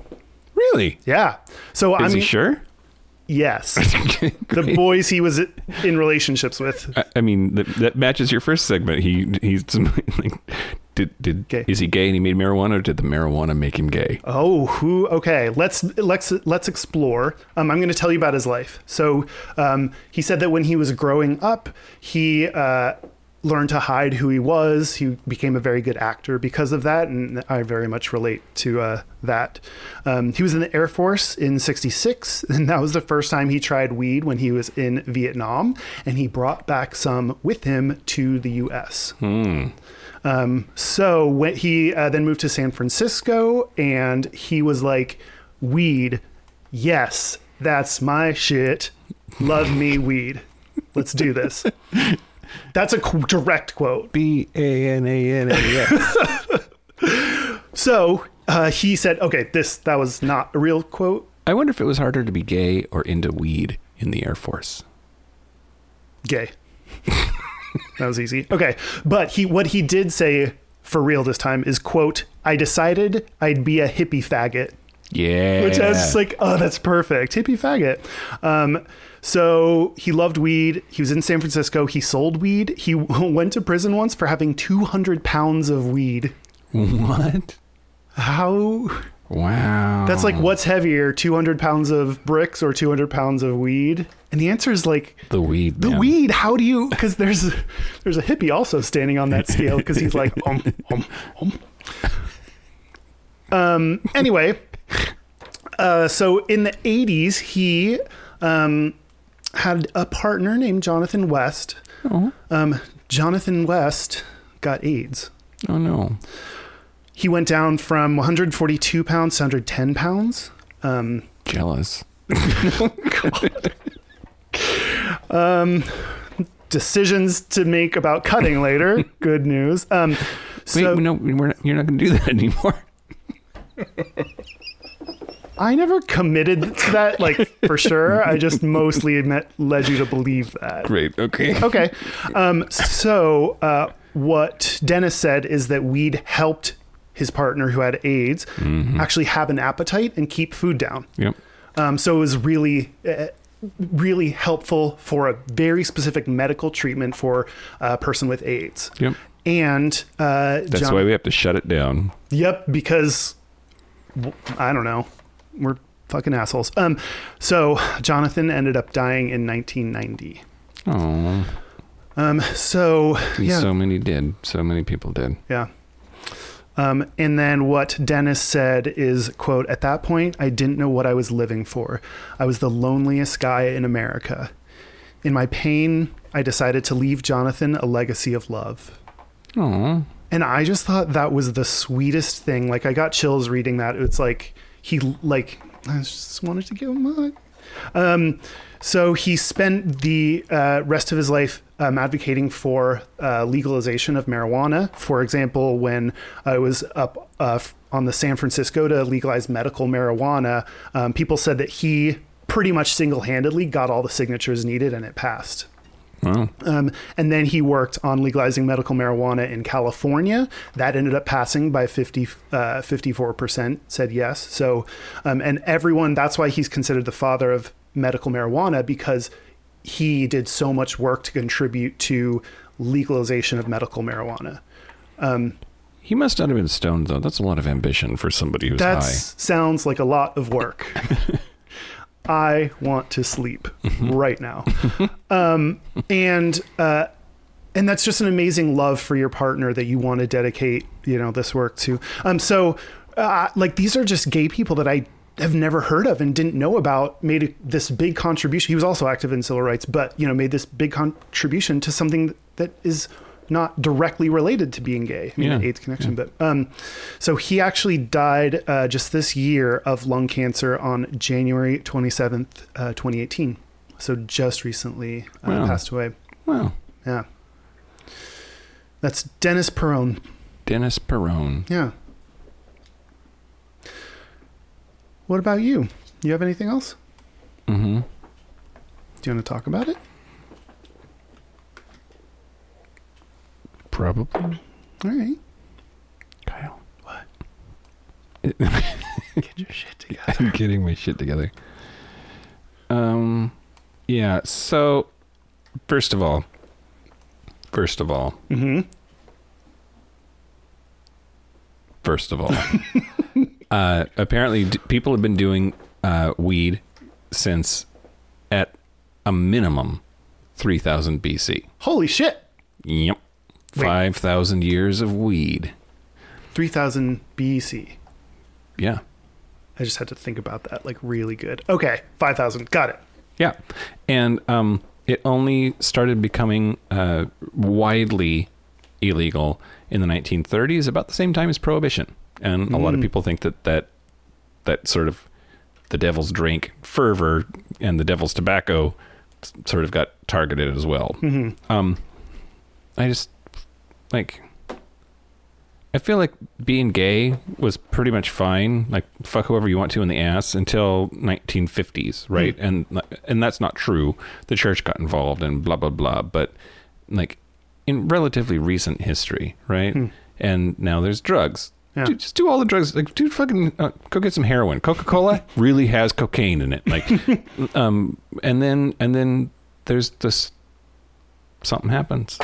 Really?
Yeah. So
Is
I'm
he sure?
yes. The boys he was in relationships with.
I, I mean, that, that matches your first segment. He he's like, did did
Gay.
is he gay and he made marijuana, or did the marijuana make him gay?
Oh, who? Okay, let's let's let's explore. Um, I'm going to tell you about his life. So, um, he said that when he was growing up, he uh, learned to hide who he was. He became a very good actor because of that, and I very much relate to uh, that. Um, he was in the Air Force in '66, and that was the first time he tried weed when he was in Vietnam, and he brought back some with him to the U.S. Um, so when he uh, then moved to San Francisco, and he was like, "Weed, yes, that's my shit. Love me, weed. Let's do this." That's a qu- direct quote.
B A N A N A S.
So uh, he said, "Okay, this that was not a real quote.
I wonder if it was harder to be gay or into weed in the Air Force.
Gay." that was easy. Okay, but he what he did say for real this time is quote, "I decided I'd be a hippie faggot."
Yeah.
which I was just like, oh, that's perfect. Hippie faggot. Um, so he loved weed. He was in San Francisco. He sold weed. He went to prison once for having 200 pounds of weed.
what?
How?
Wow.
That's like, what's heavier, 200 pounds of bricks or 200 pounds of weed? And the answer is like,
the weed.
the
man.
weed. How do you? Because there's there's a hippie also standing on that scale because he's like, um, um, um. Um, Anyway, uh, so in the '80s, he um, had a partner named Jonathan West. Um, Jonathan West got AIDS.
Oh no.
He went down from 142 pounds to 110 pounds. Um,
Jealous.
decisions to make about cutting later. Good news. Um,
Wait,
so
no, we're not, you're not going to do that anymore.
I never committed to that, like for sure. I just mostly met, led you to believe that.
Great. Okay.
Okay. Um, so, uh, what Dennis said is that weed helped his partner who had AIDS
Mm-hmm.
actually have an appetite and keep food down.
Yep.
Um, so it was really, uh, really helpful for a very specific medical treatment for a person with AIDS.
Yep.
And uh,
That's why we have to shut it down.
Yep, because w- I don't know. We're fucking assholes. Um, so Jonathan ended up dying in 1990.
Oh,
Um, so yeah,
so many did. So many people did.
yeah. Um, and then what Dennis said is, quote, at that point, I didn't know what I was living for. I was the loneliest guy in America. In my pain, I decided to leave Jonathan a legacy of love.
Oh,
and i just thought that was the sweetest thing like i got chills reading that it's like he like i just wanted to give him a hug um so he spent the uh, rest of his life um, advocating for uh, legalization of marijuana for example when i was up uh, f- on the san francisco to legalize medical marijuana um, people said that he pretty much single-handedly got all the signatures needed and it passed
wow.
um, and then he worked on legalizing medical marijuana in California. That ended up passing by 50, uh, 54% said yes. So, um, and everyone, that's why he's considered the father of medical marijuana because he did so much work to contribute to legalization of medical marijuana.
He must not have been stoned, though. That's a lot of ambition for somebody who's
That
high.
sounds like a lot of work. I want to sleep
Mm-hmm.
right now. Um, and uh, and that's just an amazing love for your partner that you want to dedicate, you know, this work to. Um, so uh, like these are just gay people that I have never heard of and didn't know about made a, this big contribution. He was also active in civil rights, but you know, made this big contribution to something that is not directly related to being gay. I mean,
Yeah.
AIDS connection, but um, so he actually died uh, just this year of lung cancer on January 27th, uh, 2018. So just recently uh,
Wow.
passed away.
Wow.
Yeah. That's Dennis Perone.
Dennis Perone.
Yeah. What about you? You have anything else?
Mm-hmm.
Do you want to talk about it?
Probably.
All right.
Kyle.
Get your shit together.
I'm getting my shit together. Um, yeah. So, first of all, first of all,
Mm-hmm.
first of all. uh, apparently, d- people have been doing uh, weed since at a minimum 3000 BC.
Holy shit.
Yep. Five thousand years of weed.
3000 BC.
Yeah.
I just had to think about that like really good. Okay, 5000. Got it.
Yeah, and um, it only started becoming uh, widely illegal in the 1930s, about the same time as prohibition. And a lot of people think that that that sort of the devil's drink fervor and the devil's tobacco s- sort of got targeted as well. Um, I just like. I feel like being gay was pretty much fine, like fuck whoever you want to in the ass until 1950s, right? And and that's not true. The church got involved and blah blah blah, but like in relatively recent history, right? And now there's drugs.
Yeah.
Dude, just do all the drugs. Like, dude, fucking uh, go get some heroin. Coca Cola really has cocaine in it. Like, um, and then and then there's this something happens.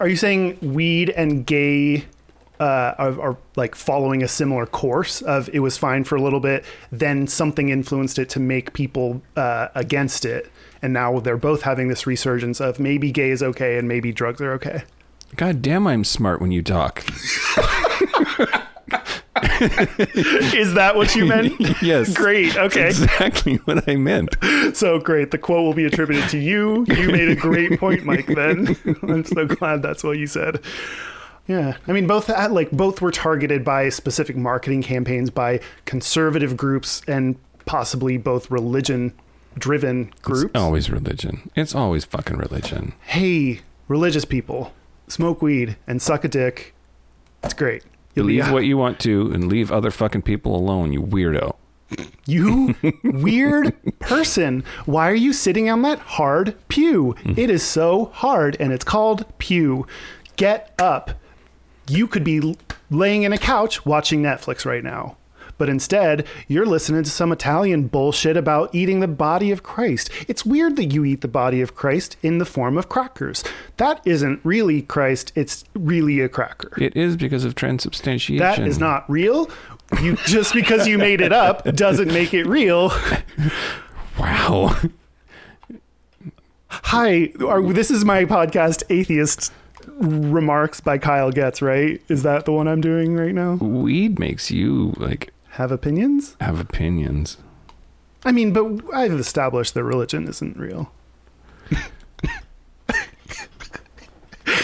Are you saying weed and gay uh, are, are like following a similar course of it was fine for a little bit, then something influenced it to make people uh, against it, and now they're both having this resurgence of maybe gay is okay and maybe drugs are okay.
God damn, I'm smart when you talk.
Is that what you meant?
yes.
Great. Okay.
Exactly what I meant.
So great. The quote will be attributed to you. You made a great point, Mike. Then I'm so glad that's what you said. Yeah, I mean, both uh, like both were targeted by specific marketing campaigns by conservative groups and possibly both religion-driven groups.
It's always religion. It's always fucking religion.
Hey, religious people, smoke weed and suck a dick. It's great. You'll be
Believe
a-
what you want to and leave other fucking people alone, you weirdo.
You weird person. Why are you sitting on that hard pew? It is so hard and it's called pew. Get up. You could be l- laying in a couch watching Netflix right now. But instead, you're listening to some Italian bullshit about eating the body of Christ. It's weird that you eat the body of Christ in the form of crackers. That isn't really Christ, it's really a cracker.
It is because of transubstantiation.
That is not real. You just because you made it up doesn't make it real.
Wow.
Hi, are, this is my podcast, Atheist Remarks by Kyle Getz, right? Is that the one I'm doing right now?
Weed makes you, like,
Have opinions?
have opinions.
I mean, but I've established that religion isn't real.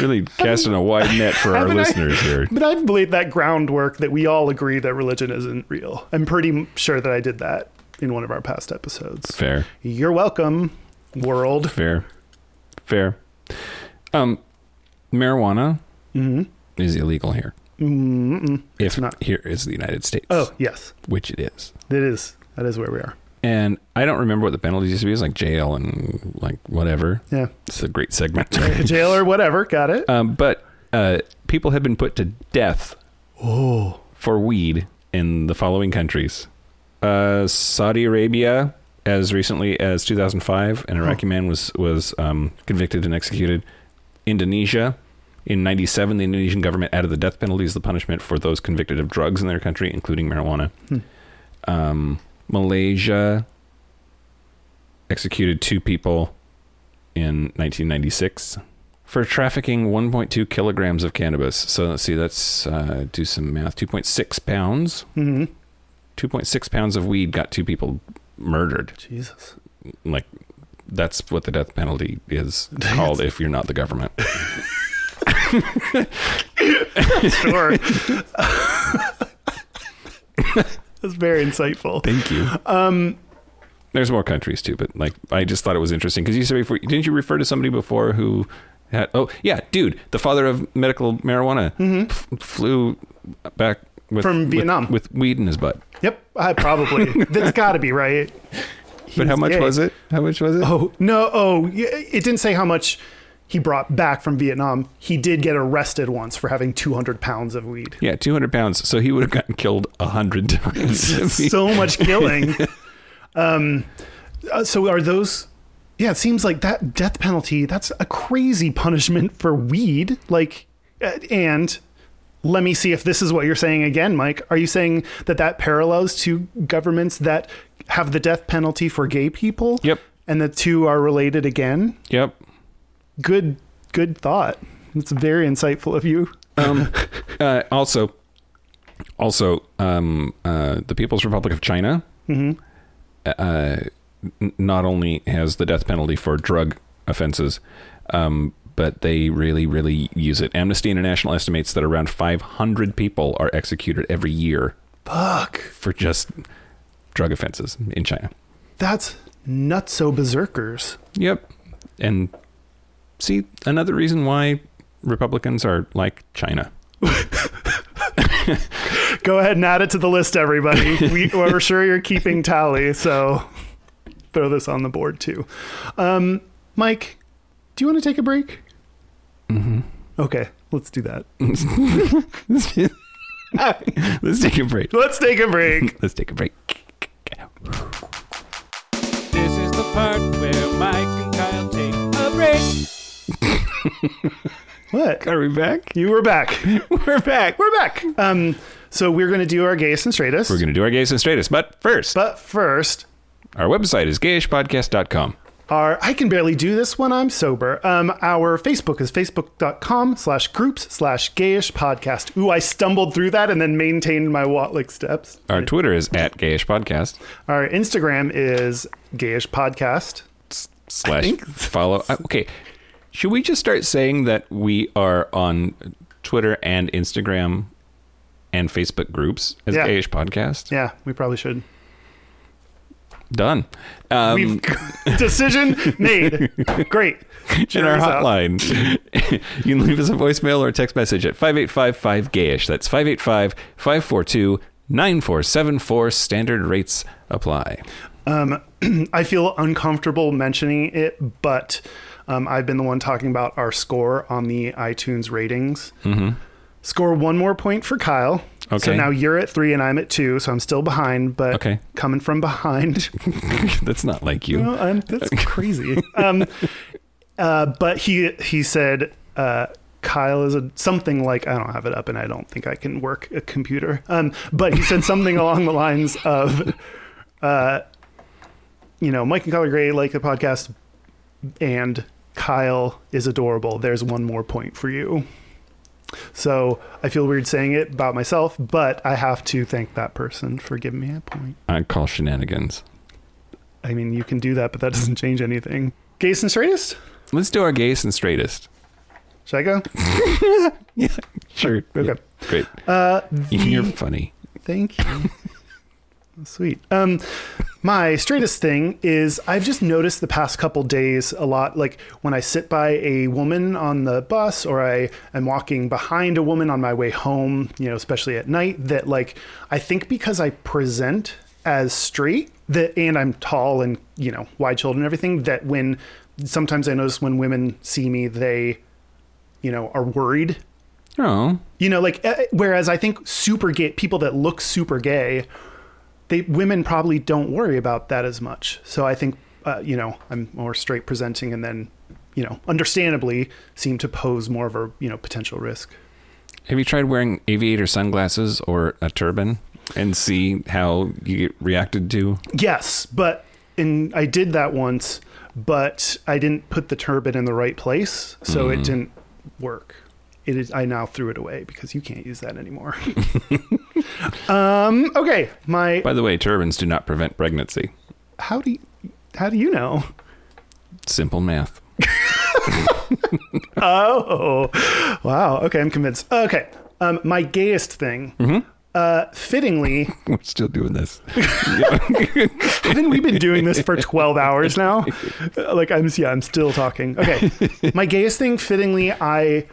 Really casting a wide net for our
haven't I-
listeners here.
But I've laid that groundwork that we all agree that religion isn't real. I'm pretty m- sure that I did that in one of our past episodes.
Fair.
You're welcome, world.
Fair. Fair. Um, marijuana is illegal here. Mm-mm. If
Mm-hmm. not.
here is the United States,
Oh, yes,
which it is.
that is that is where we are.
And I don't remember what the penalties used to be. It was like jail and like whatever.
Yeah,
It's a great segment.
jail or whatever. Got it.
um, but uh, people have been put to death for weed in the following countries uh, Saudi Arabia, as recently as 2005, an Iraqi man was, was um, convicted and executed. Indonesia, in 97, the Indonesian government added the death penalty as the punishment for those convicted of drugs in their country, including marijuana. Um, Malaysia executed two people in 1996 for trafficking 1.2 kilograms of cannabis. So let's see, let's uh, do some math. 2.6 pounds. Mm-hmm. 2.6 pounds of weed got two people murdered.
Jesus.
Like, that's what the death penalty is called if you're not the government.
Sure. That's very insightful.
Thank you. Um, There's more countries too, but like, I just thought it was interesting because you said before, didn't you refer to somebody before who had, oh, yeah, dude, the father of medical marijuana f- flew back with,
Mm-hmm. From
with-
Vietnam.
with weed in his butt.
Yep, I probably. That's got to be right.
But how much
gay.
was it? How much was it?
Oh no! Oh, y- it didn't say how much he brought back from Vietnam. He did get arrested once for having 200 pounds of weed.
Yeah, 200 pounds. So he would have gotten killed a 100 times. if he-
So much killing. um, uh, so are those? Yeah, it seems like that death penalty. That's a crazy punishment for weed. Like, uh, and let me see if this is what you're saying again, Mike. Are you saying that that parallels to governments that have the death penalty for gay people?
Yep.
And the two are related again?
yep.
good good thought. It's very insightful of you.
Uh, also, also, um, uh, the People's Republic of China uh, n- not only has the death penalty for drug offenses, um, but they really, really use it. Amnesty International estimates that around 500 people are executed every year
Fuck.
for just drug offenses in China.
That's nutso berserkers.
Yep. And see, another reason why Republicans are like China.
Go ahead and add it to the list, everybody. we, we're sure you're keeping tally, so throw this on the board too. Um, Mike, do you want to take a break? Mm-hmm. Okay, let's do that.
Let's take a break.
Let's take a break.
Let's take a break.
This is the part where Mike and Kyle take a break.
what?
Are we back?
You were back.
We're back.
We're back. Um, so we're going to do our gayest and straightest.
We're going to do our gays and straightest, but first,
but first,
our website is gayishpodcast.com.
our I can barely do this when I'm sober. Um, our Facebook is facebook.com slash groups slash gayish podcast. Ooh, I stumbled through that and then maintained my Watlick steps.
Our Twitter is at gayishpodcast.
Our Instagram is gayish podcast.
Slash follow. uh, Okay. Should we just start saying that we are on Twitter and Instagram and Facebook groups as
Yeah.
gayish podcast?
Yeah, we probably should.
Done. Um,
We've decision made. Great.
in our
Cheers out.
hotline. you can leave us a voicemail or a text message at 5855 gayish. That's 585 542 9474. Standard rates apply.
I feel uncomfortable mentioning it, but um, I've been the one talking about our score on the iTunes ratings. Mm-hmm. Score one more point for Kyle. So
Okay.
now you're at three and I'm at two, so I'm still behind, but
Okay.
coming from behind,
That's not like you.
well, I'm, that's crazy. Um, uh, but he he said uh, Kyle is a, something like I don't have it up, and I don't think I can work a computer. Um, but he said something along the lines of, uh, you know, Mike and Kyle are great, like the podcast, and Kyle is adorable. There's one more point for you. So I feel weird saying it about myself, but I have to thank that person for giving me a point.
I call shenanigans.
I mean, you can do that, but that doesn't change anything. Gayest and straightest?
Let's do our gayest and straightest.
Should I go?
Sure.
Okay.
Great.
Uh,
You're funny.
thank you. Sweet. Um, my straightest thing is I've just noticed the past couple days a lot. Like when I sit by a woman on the bus, or I am walking behind a woman on my way home, you know, especially at night. That like I think because I present as straight, that and I'm tall and you know wide-shouldered and everything. That when sometimes I notice when women see me, they you know are worried
Oh.
you know, like eh, whereas I think super gay people that look super gay, they women probably don't worry about that as much. So I think uh, you know I'm more straight presenting, and then you know, understandably, seem to pose more of a you know potential risk.
Have you tried wearing aviator sunglasses or a turban and see how you get reacted to?
Yes, but and I did that once, but I didn't put the turban in the right place, so it didn't work. It is, I now threw it away because you can't use that anymore. um, okay, my
By the way, turbans do not prevent pregnancy.
how do you, how do you know?
Simple math.
Oh, wow. Okay, I'm convinced. Okay, um, my gayest thing. Uh, fittingly,
We're still doing this.
haven't we been doing this for 12 hours now? Uh, Like, I'm, yeah, I'm still talking. Okay, my gayest thing, fittingly, I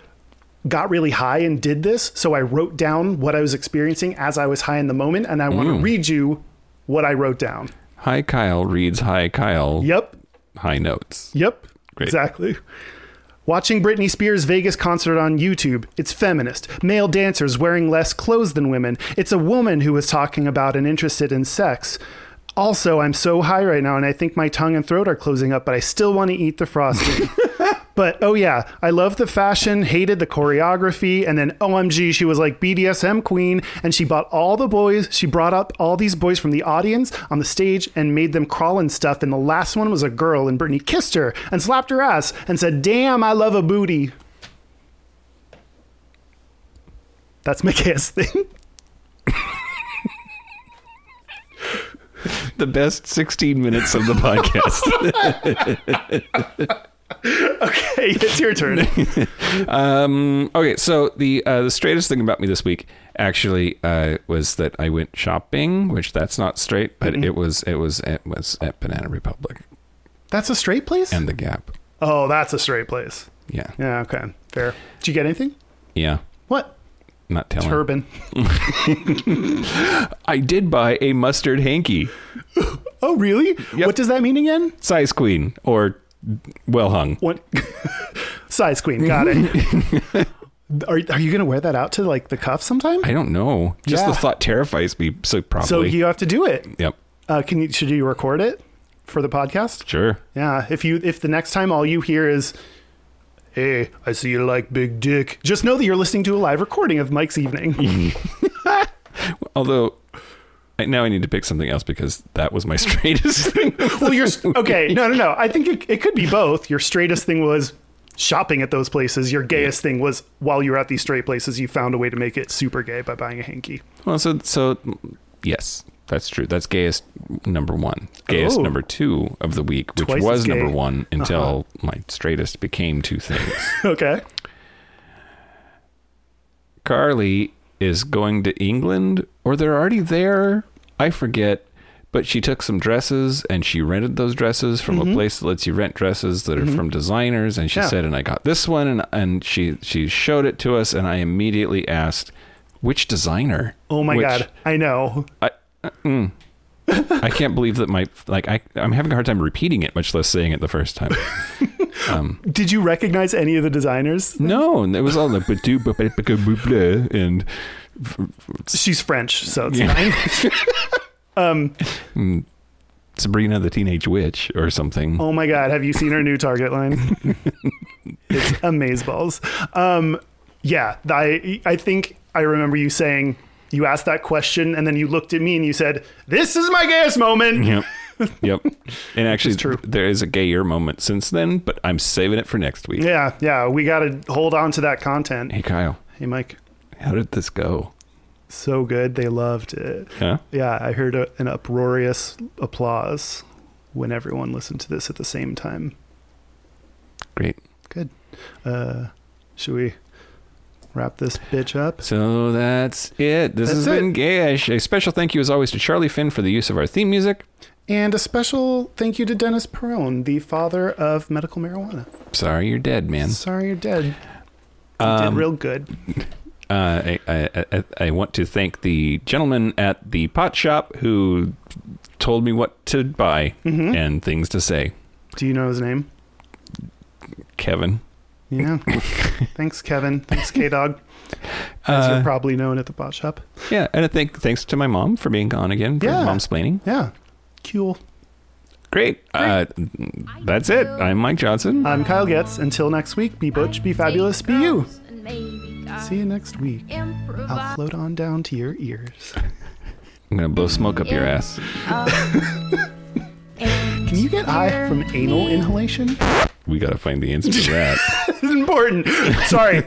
got really high and did this. So I wrote down what I was experiencing as I was high in the moment, and I want to read you what I wrote down.
Hi Kyle reads Hi Kyle
Yep,
high notes.
Yep.
Great.
Exactly. Watching Britney Spears' Vegas concert on YouTube. It's feminist. Male dancers wearing less clothes than women. It's a woman who was talking about and interested in sex. Also, I'm so high right now and I think my tongue and throat are closing up, but I still want to eat the frosting. But oh yeah, I love the fashion, hated the choreography, and then OMG, she was like BDSM queen, and she bought all the boys. She brought up all these boys from the audience on the stage and made them crawl and stuff. And the last one was a girl, and Brittany kissed her and slapped her ass and said, "Damn, I love a booty." That's Micaea's thing.
The best 16 minutes of the podcast.
hey, it's your turn.
Mm, Okay, so the uh, the straightest thing about me this week actually uh, was that I went shopping, which that's not straight, but it was it was it was at Banana Republic
That's a straight place.
and the Gap.
oh, that's a straight place.
Yeah, yeah,
Yeah, okay, fair. Did you get anything? What?
not telling.
Turban.
I did buy a mustard hanky,
Oh, really? What does that mean again?
size queen or well hung.
What? Size queen. Got it. are, are you going to wear that out to like the cuff sometime?
I don't know. Just the
Yeah.
thought terrifies me. So probably.
so you have to do it.
yep.
Uh, can you? Should you record it for the podcast?
Sure.
Yeah. If you if the next time all you hear is, "Hey, I see you like big dick," just know that you're listening to a live recording of Mike's evening.
Although I, now I need to pick something else because that was my straightest thing.
well, you're okay. No, no, no. I think it, it could be both. Your straightest thing was shopping at those places. Your gayest thing was while you were at these straight places, you found a way to make it super gay by buying a hanky.
Well, so so yes, that's true. That's gayest number one. Gayest
Oh.
number two of the week, which
Twice as
was
gay. Uh-huh.
number one until my straightest became two things.
Okay.
Carly is going to England, or they're already there. I forget. But she took some dresses and she rented those dresses from a place that lets you rent dresses that are from designers. And she
Yeah.
said, and I got this one, and and she she showed it to us, and I immediately asked, which designer?
Oh my
Which-
god, I know.
I can't believe that my like I I'm having a hard time repeating it, much less saying it the first time.
Did you recognize any of the designers?
no, and it was all the ba-doo, ba-ba-ba-ga, boo-blah, and
She's French, so it's
Yeah.
fine.
Sabrina the Teenage Witch or something.
Oh my god, have you seen her new Target line? it's amazeballs. Um, yeah, I I think I remember you saying you asked that question and then you looked at me and you said, "This is my gayest moment."
Yep. Yep. And actually,
true.
there is a gayer moment since then, but I'm saving it for next week.
Yeah, yeah, we got to hold on to that content.
Hey, Kyle,
Hey Mike,
how did this go?
so good. They loved it.
Huh?
Yeah, I heard a, an uproarious applause when everyone listened to this at the same time.
Great.
Good. Uh, should we wrap this bitch up?
So that's it. This has
That's
been
it.
Gayish. A special thank you, as always, to Charlie Finn for the use of our theme music.
And a special thank you to Dennis Perone, the father of medical marijuana.
Sorry, you're dead, man. Um,
Sorry you're dead. You did real good.
Uh, I, I, I, I want to thank the gentleman at the pot shop who told me what to buy
Hmm?
and things to say.
Mm-hmm. Do you know his name?
Kevin.
Yeah. Thanks, Kevin. Thanks, K Dog. As
Uh,
you're probably known at the bot shop.
Yeah, and I think thanks to my mom for being on again for
Yeah.
mom's planning.
Yeah. Cool.
Great. Uh, that's it. I'm Mike Johnson.
I'm Kyle Getz. Until next week, be butch, be fabulous, be you. See you next week. I'll float on down to your ears.
I'm gonna blow smoke up your ass.
Can you get high from anal inhalation?
We gotta find the answer to that.
It's important. Sorry.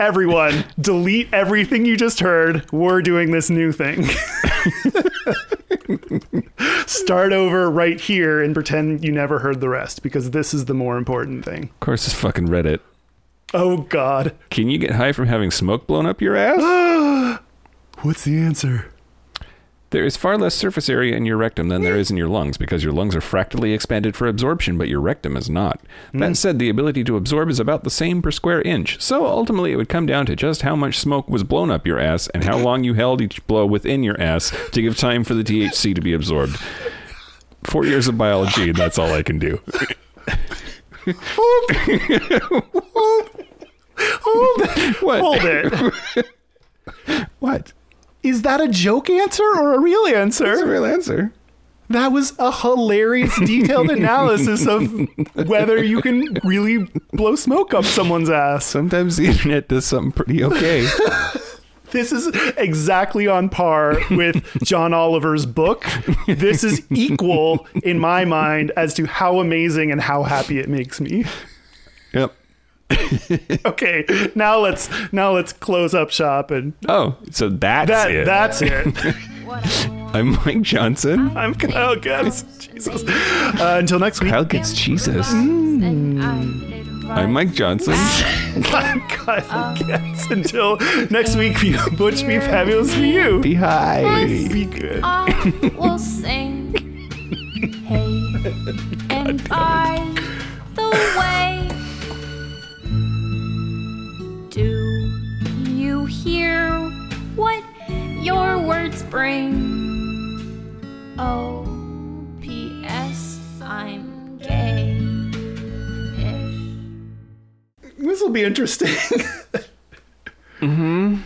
Everyone, delete everything you just heard. We're doing this new thing. Start over right here and pretend you never heard the rest because this is the more important thing.
of course, it's fucking Reddit.
Oh, God.
Can you get high from having smoke blown up your ass?
What's the answer?
There is far less surface area in your rectum than
Hmm.
there is in your lungs because your lungs are fractally expanded for absorption, but your rectum is not.
Hmm.
That said, the ability to absorb is about the same per square inch, so ultimately it would come down to just how much smoke was blown up your ass and how long you held each blow within your ass to give time for the THC to be absorbed. Four years of biology, and that's all I can do.
Hold it.
What?
Hold it.
What?
Is that a joke answer or a real
That's a
answer?
real answer.
That was a hilarious, detailed analysis of whether you can really blow smoke up someone's ass.
Sometimes the internet does something pretty okay.
This is exactly on par with John Oliver's book. This is equal in my mind as to how amazing and how happy it makes me.
yep.
Okay, now let's now let's close up shop and
Oh, so that's
that
it.
that's it.
I'm Mike Johnson.
I'm oh god, Jesus. Uh, until next week.
Kyle gets Jesus.
Mm.
I'm
I'm
Mike Johnson.
I'm Kyle Getz. Until next week, be butch, be fabulous, be you.
Be high.
Be good.
I will sing. Hey, and I the way. Do you hear what your words bring? Oh, P.S. I'm gay. Ish.
This will be interesting.
hmm